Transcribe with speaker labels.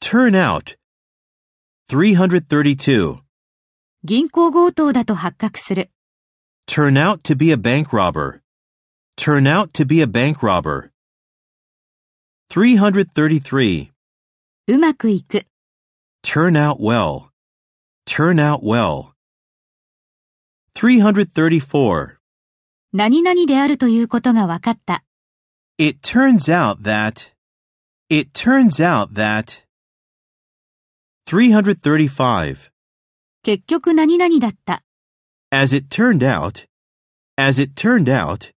Speaker 1: turn out. 332.
Speaker 2: 銀行強盗だと発覚する。
Speaker 1: Turn out to be a bank robber. Turn out to be a bank robber. 333.
Speaker 2: うまくいく。
Speaker 1: Turn out well. Turn out well. 334.
Speaker 2: 何々であるということが分かった。
Speaker 1: It turns out that. It turns out that. 335.
Speaker 2: 結局何々だった。
Speaker 1: As it turned out. As it turned out.